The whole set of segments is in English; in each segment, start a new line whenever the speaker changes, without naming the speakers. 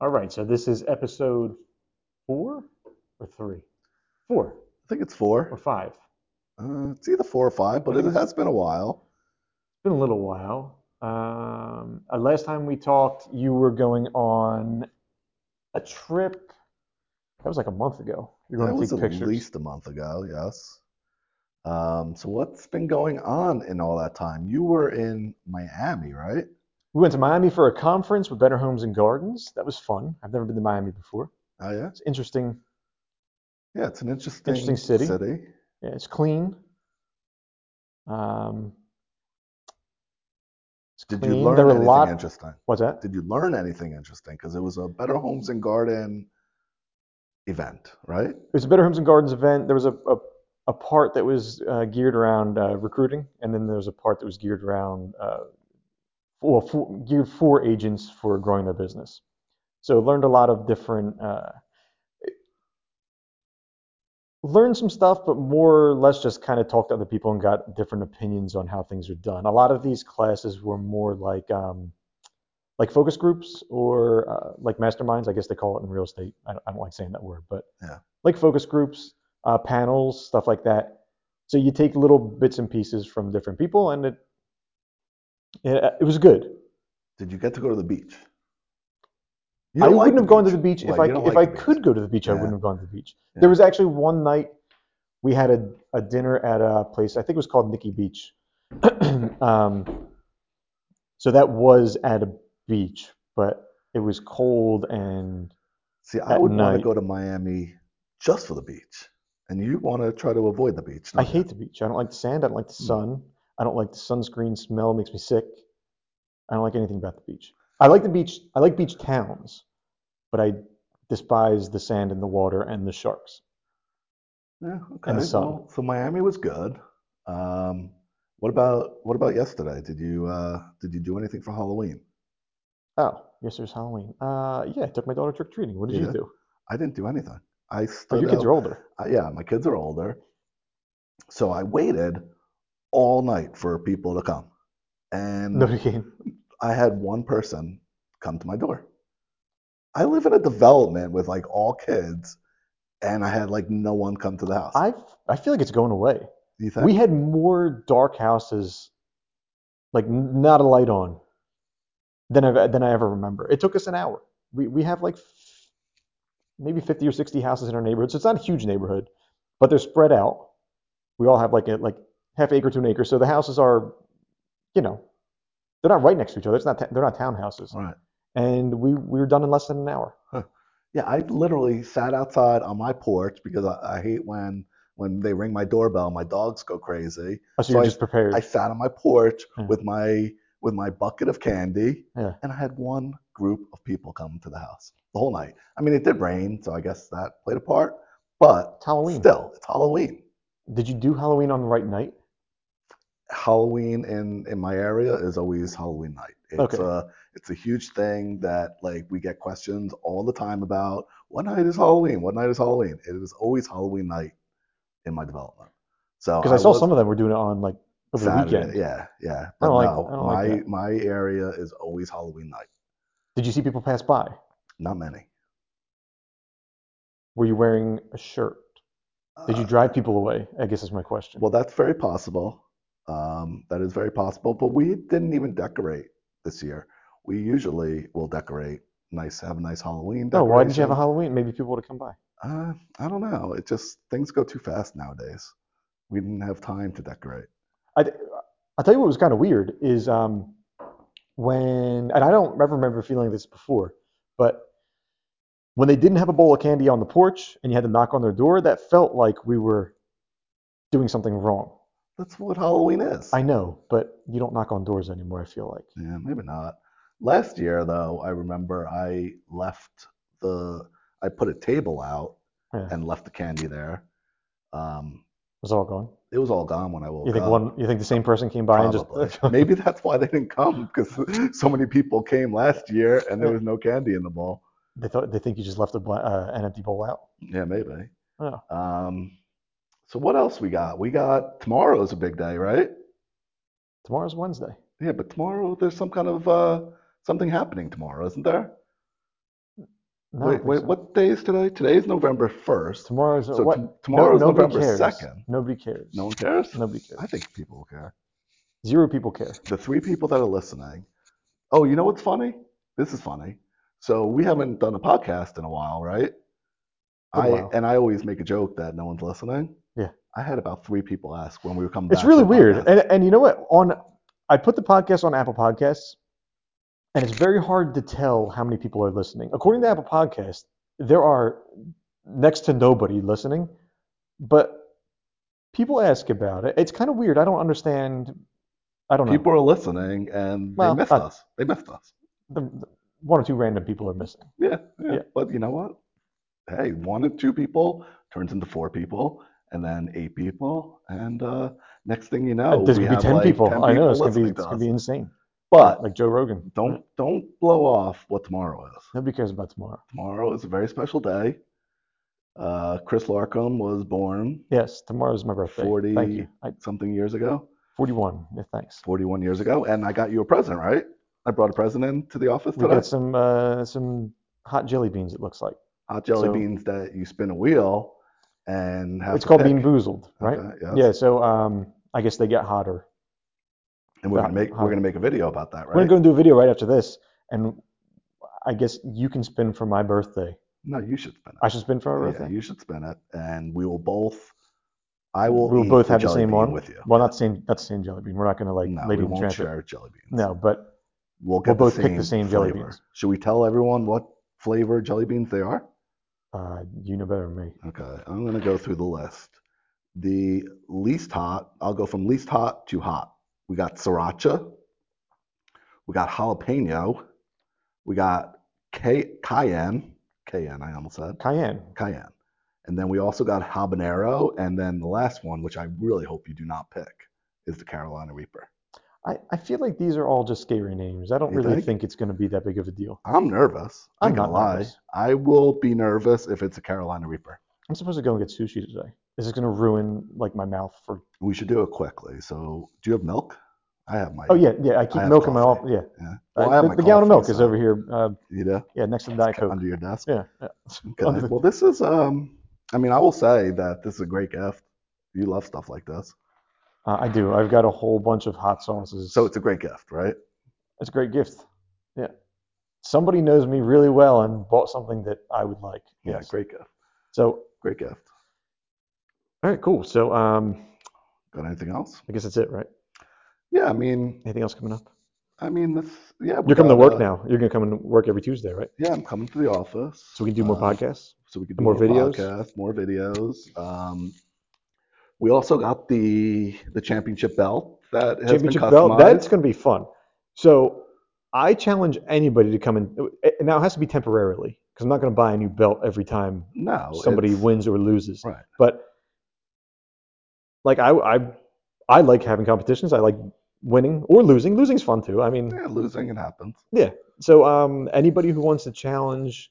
All right, so this is episode four or three? Four
I think it's four.
or five. It's
Uh, it's either four or five, but it has been a while.
been a little while. Um, uh, last time we talked, you were going on a trip. That was like a month ago. You're
That
going
was
to
at
take pictures.
least a month ago, yes. Um, so what's been going on in all that time? You were in Miami, right?
We went to Miami for a conference with Better Homes and Gardens. That was fun. I've never been to Miami before.
Oh yeah.
It's interesting.
Yeah, it's an interesting,
Interesting city.
city.
Yeah, it's clean. Um, it's
Did you
clean.
learn
there were a
anything
lot.
interesting?
What's that?
Did you learn anything interesting? Because it was a Better Homes and Garden event, right?
It was a Better Homes and Gardens event. There was a, a, a part that was uh, geared around uh, recruiting, and then there was a part that was geared around, uh, well, for, geared for agents for growing their business. So learned a lot of different, uh, learned some stuff, but more or less just kind of talked to other people and got different opinions on how things are done. A lot of these classes were more like, um, like focus groups or uh, like masterminds, I guess they call it in real estate. I don't, I don't like saying that word, but like focus groups, uh, panels, stuff like that. So you take little bits and pieces from different people, and it it, it was good.
Did you get to go to the beach?
I wouldn't have gone to the beach if
Right,
I
you don't
if
like
I
the beach.
could go to the beach. I
Yeah.
wouldn't have gone to the beach.
Yeah.
There was actually one night we had a, a dinner at a place. I think it was called Nikki Beach. um, so that was at a beach, but it was cold and
See, I
at
would want
night.
to go to Miami just for the beach, and you want to try to avoid the beach.
I
don't you?
hate the beach. I don't like the sand. I don't like the
Oh, Hmm.
sun. I don't like the sunscreen smell. It makes me sick. I don't like anything about the beach. I like the beach. I like beach towns, but I despise the sand and the water and the sharks.
Yeah,
and the
okay.
sun.
Well, so Miami was good. Um, what about what about yesterday? Did you uh, did you do anything for Halloween?
Oh, yes, there's Halloween. Uh, yeah, I took my daughter trick or treating. What did you
Yeah.
do?
I didn't do anything. I
Oh,
stood
your kids
out-
are older.
I- yeah, my kids are older, so I waited all night for people to come, and
Nobody came.
I had one person come to my door. I live in a development with like all kids, and I had like no one come to the house.
I I feel like it's going away.
Do you think?
We had more dark houses, like n- not a light on, than I than I ever remember. It took us an hour. We we have like f- maybe 50 or 60 houses in our neighborhood. So it's not a huge neighborhood, but they're spread out. We all have like a like half acre to an acre. So the houses are, you know, they're not right next to each other. It's not ta- they're not townhouses.
All right.
And we we were done in less than an hour.
Yeah, I literally sat outside on my porch because I, I hate when when they ring my doorbell, my dogs go crazy.
Oh, so,
So
you're
I-
just prepared.
I sat on my porch
Yeah.
with my with my bucket of candy,
Hmm. Yeah.
and I had one group of people come to the house the whole night. I mean, it did rain, so I guess that played a part, but
It's Halloween.
still, it's Halloween.
Did you do Halloween on the right night?
Halloween in in my area is always Halloween night. It's
Okay.
a it's a huge thing that like we get questions all the time about what night is Halloween? What night is Halloween? It is always Halloween night in my development. So
Because I, saw
Oh, was
some of them were doing it on like over the
Saturday.
weekend.
Yeah, yeah.
I
But
don't like-
no,
I don't like
my
that.
my area is always Halloween night.
Did you see people pass by?
Not many.
Were you wearing a shirt? Did you
Uh,
drive people away? I guess is my question.
well, that's very possible. Um, that is very possible. But we didn't even decorate this year. We usually will decorate nice, have a nice Halloween
no, Oh, why didn't you have a
decoration.
Halloween? Maybe people would have come by.
Uh, I don't know. It just things go too fast nowadays. We didn't have time to decorate.
I, I'll tell you what was kind of weird is um, when, and I don't ever remember feeling this before, but when they didn't have a bowl of candy on the porch and you had to knock on their door, that felt like we were doing something wrong.
That's what Halloween is.
I know, but you don't knock on doors anymore, I feel like.
Yeah, maybe not. Last year though, I remember I left the I put a table out
Yeah.
and left the candy there. Um,
It's all gone.
it was all gone when I woke
You think
up.
one? You think the same person came by
Probably.
and just?
Maybe that's why they didn't come because so many people came last year and there was no candy in the bowl.
They thought they think you just left a bla- uh, an empty bowl out.
Yeah, maybe.
Oh.
Um, so what else we got? We got tomorrow's a big day, right?
Tomorrow's Wednesday.
Yeah, but tomorrow there's some kind of uh, something happening tomorrow, isn't there?
No, I
Wait,
think
wait,
so.
what day is today? Today is November 1st.
Tomorrow's
So
what?
t-
No-
tomorrow is
nobody
November
cares.
2nd.
Nobody cares.
No one cares?
Nobody
I
cares.
think people will care.
Zero people care.
The three people that are listening. Oh, you know what's funny? This is funny. So we haven't done a podcast in a while, right?
Been a
I
while.
and I always make a joke that no one's listening.
Yeah.
I had about three people ask when we were coming back.
It's
to
really
the
weird.
podcast.
And and you know what? On I put the podcast on Apple Podcasts, and it's very hard to tell how many people are listening. According to Apple Podcasts, there are next to nobody listening, but people ask about it. It's kind of weird. I don't understand. I don't know.
People are listening and
Well, uh,
they missed
not-
us. They missed us.
The, the- one or two random people are missing.
Yeah, yeah.
Yeah.
But you know what? Hey, one or two people turns into four people, and then eight people, and uh, next thing you know,
Uh, There's
Oh, we
gonna be
have
ten
like
people.
ten
I know
people
it's gonna be
listening
it's
to
gonna
us.
be insane.
But
like Joe Rogan.
don't don't blow off what tomorrow is.
Nobody cares about tomorrow.
Tomorrow is a very special day. Uh, Chris Larkham was born
Yes, tomorrow's my birthday. Thank you.
40
I,
something years ago,
41. Yeah, thanks.
41 years ago, and I got you a present, right? I brought a present into the office
We
today.
got some uh, some hot jelly beans. It looks like
Hot jelly
so-
beans that you spin a wheel and have
it's
to
called
pick.
bean boozled, right?
Okay,
Yeah. So um, I guess they get hotter.
And we're
That-
gonna make
huh.
we're gonna make a video about that,
We're gonna
right?
go and do a video right after this, and I guess you can spin for my birthday.
No, you should spin it.
I should spin for my
yeah,
birthday.
you should spin it, and we will both. I will.
We'll
eat
both have the
jelly
same
bean
one?
with you.
well, not the same. That's the same jelly bean. We're not gonna like
no,
lady
we
in
won't
transit.
share jelly beans.
No, but
we'll
we'll
get the
both
same
pick the same jelly
flavor.
beans.
Should we tell everyone what flavor jelly beans they are?
uh, you know better than me.
Okay, I'm gonna go through the list. The least hot. I'll go from least hot to hot. We got sriracha. We got jalapeno. We got K- cayenne. Cayenne, I almost said.
Cayenne.
cayenne. And then we also got habanero. And then the last one, which I really hope you do not pick, is the Carolina Reaper.
I, I feel like these are all just scary names. I don't
You
really
think?
think it's gonna be that big of a deal.
I'm nervous. I
I'm
ain't gonna
not
lie.
nervous.
I will be nervous if it's a Carolina Reaper.
I'm supposed to go and get sushi today. This is gonna ruin like my mouth for.
We should do it quickly. So, do you have milk? I have my.
Oh yeah, yeah. I keep
have
milk in my
coffee.
off. Yeah.
yeah.
Uh,
Well, I have
the
my
the gallon of
coffee,
milk is
so-
over here. Uh,
You know,
yeah, next to the Diet Coke.
under your desk.
Yeah. yeah.
Okay. Well, this is. Um. I mean, I will say that this is a great gift. You love stuff like this,
Uh, I do. I've got a whole bunch of hot sauces.
so it's a great gift, right?
it's a great gift. Yeah. Somebody knows me really well and bought something that I would like.
Yeah, great gift.
So
Great gift.
all right, cool. So um,
Got anything else?
I guess that's it, right?
Yeah, I mean,
Anything else coming up?
I mean, this. Yeah, we
You're coming to work
got, uh,
now. You're gonna come and work every Tuesday, right?
Yeah, I'm coming to the office.
So we can do more
um,
podcasts.
So we can
and
do
more videos?
podcasts, more videos. Um, we also got the the championship belt that has
Championship
been
belt.
customized.
That's gonna be fun. So I challenge anybody to come in. Now it has to be temporarily because I'm not gonna buy a new belt every time
no
somebody
it's-
wins or loses.
Right.
But like I, I I like having competitions. I like winning or losing. Losing's fun too. I mean,
Yeah, losing it happens.
so um, anybody who wants to challenge,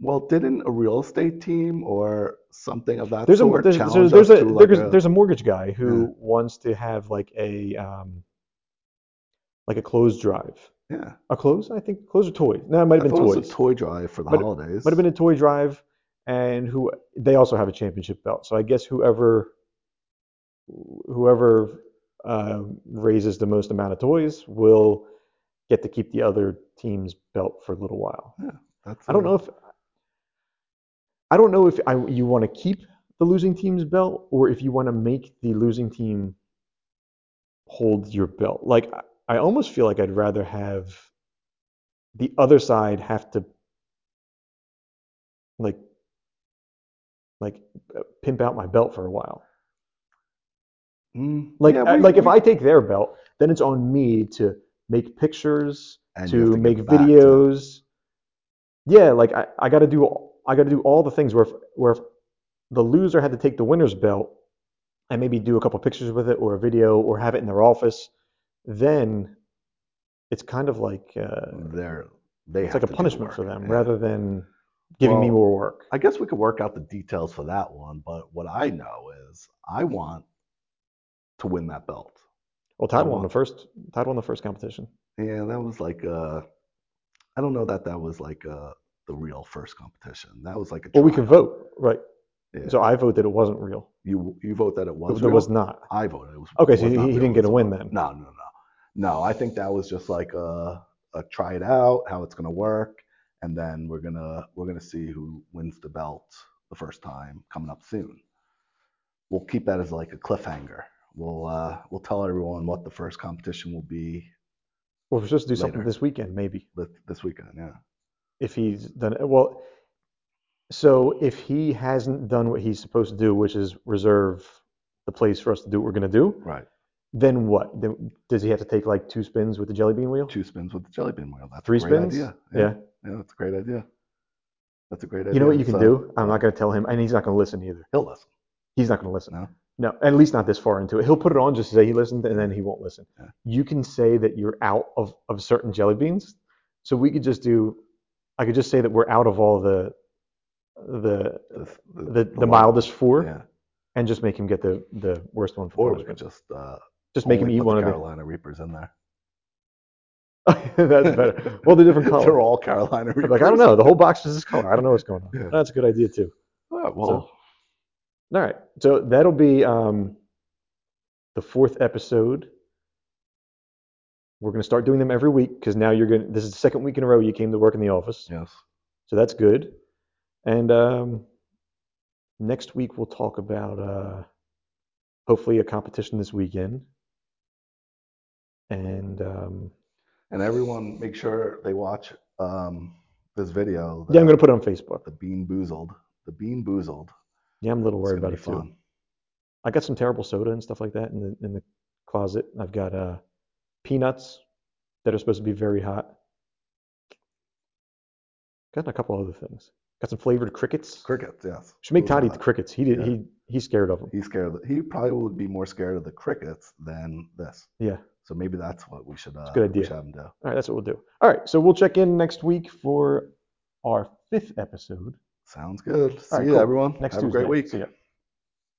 Well, didn't a real estate team or something of that
there's a
sort
there's, so
challenge
there's
us
a
to like
there's,
a-
there's a mortgage guy who
Yeah.
wants to have like a um, like a closed drive.
yeah.
A close? I think close or toy. No, it might have
I
been
thought it
toys.
was a toy drive for the
Might-
holidays.
might have been a toy drive, and who they also have a championship belt. So I guess whoever whoever uh, raises the most amount of toys will get to keep the other team's belt for a little while.
That's
I don't
a-
know if I don't know if I, you want to keep the losing team's belt or if you want to make the losing team hold your belt. Like I I almost feel like I'd rather have the other side have to like like uh, pimp out my belt for a while.
Mm,
Like
yeah,
I-
we-
like if
we-
I take their belt, then it's on me to make pictures,
and you have
to
give
make
it back to-
videos. Yeah, like I, I got to do all- I got to do all the things where if, where if the loser had to take the winner's belt and maybe do a couple pictures with it or a video or have it in their office, then it's kind of like uh,
they're they
it's like
have
a
to do the
punishment for
work,
them
yeah.
rather than giving me
Well,
more work.
I guess we could work out the details for that one, but what I know is I want to win that belt.
Well, Todd
I
won the
want-
first Todd won the first competition.
Yeah, that was like uh I don't know that that was like uh, the real first competition. That was like a.
Well, we
trial.
can vote, right?
Yeah.
So I vote that it wasn't real.
you you vote that it was.
There
real?
was not.
I voted. It was.
Okay, so
was
he,
not
he
real.
didn't get
It's
a win then.
No, no, no. No, I think that was just like a, a try it out, how it's gonna work, and then we're gonna we're gonna see who wins the belt the first time coming up soon. We'll keep that as like a cliffhanger. We'll uh, we'll tell everyone what the first competition will be
Well, we're supposed to do something
Later.
this weekend, maybe.
this, this weekend. Yeah.
If he's done it. Well, so if he hasn't done what he's supposed to do, which is reserve the place for us to do what we're going to do,
Right.
then what? Then does he have to take like two spins with the jelly bean wheel?
Two spins with the jelly bean wheel. That's
Three
a great
spins?
idea.
Yeah.
Yeah, that's a great idea. That's a great idea. uh,
You know what you can
So,
do? I'm not going to tell him, and he's not going to listen either.
He'll listen.
He's not going to listen.
No?
No, at least not this far into it. He'll put it on just to say he listened, and then he won't listen.
Yeah.
You can say that you're out of, of certain jelly beans. So we could just do, I could just say that we're out of all the the
This-
the, the
one-
mildest four,
Yeah.
and just make him get the the worst one for
Or we could
punishment. Just,
just uh,
make him
only
eat
put
one
the
of the.
Carolina Reapers in there.
That's better. Well, they're different color.
They're all Carolina Reapers.
like I don't know. The whole box is this color. I don't know what's going on.
Yeah.
That's a good idea too.
Oh, well,
All right. So that'll be um, the fourth episode. We're going to start doing them every week because now you're going to, this is the second week in a row you came to work in the office.
yes.
So that's good. And um, next week we'll talk about uh, hopefully a competition this weekend. And um,
And everyone, make sure they watch um, this video.
yeah, I'm
that
going to put it on Facebook.
the Bean Boozled. The Bean Boozled.
Yeah, I'm a little
It's
worried
gonna
about
be
it too.
fun.
I got some terrible soda and stuff like that in the in the closet. I've got uh, peanuts that are supposed to be very hot. Got a couple other things. Got some flavored crickets.
Crickets, yes.
Should make
Those
Todd
are
eat the
hot.
crickets. He did.
Oh, Yeah.
He he's scared of them.
He's scared. Of the, he probably would be more scared of the crickets than this.
Yeah.
So maybe that's what we should. Uh,
a good
We
idea.
should have him do.
All right, that's what we'll do. All right, so we'll check in next week for our fifth episode.
Sounds good. See
right,
you,
cool.
everyone.
Next
have
Tuesday.
a great week.
See ya.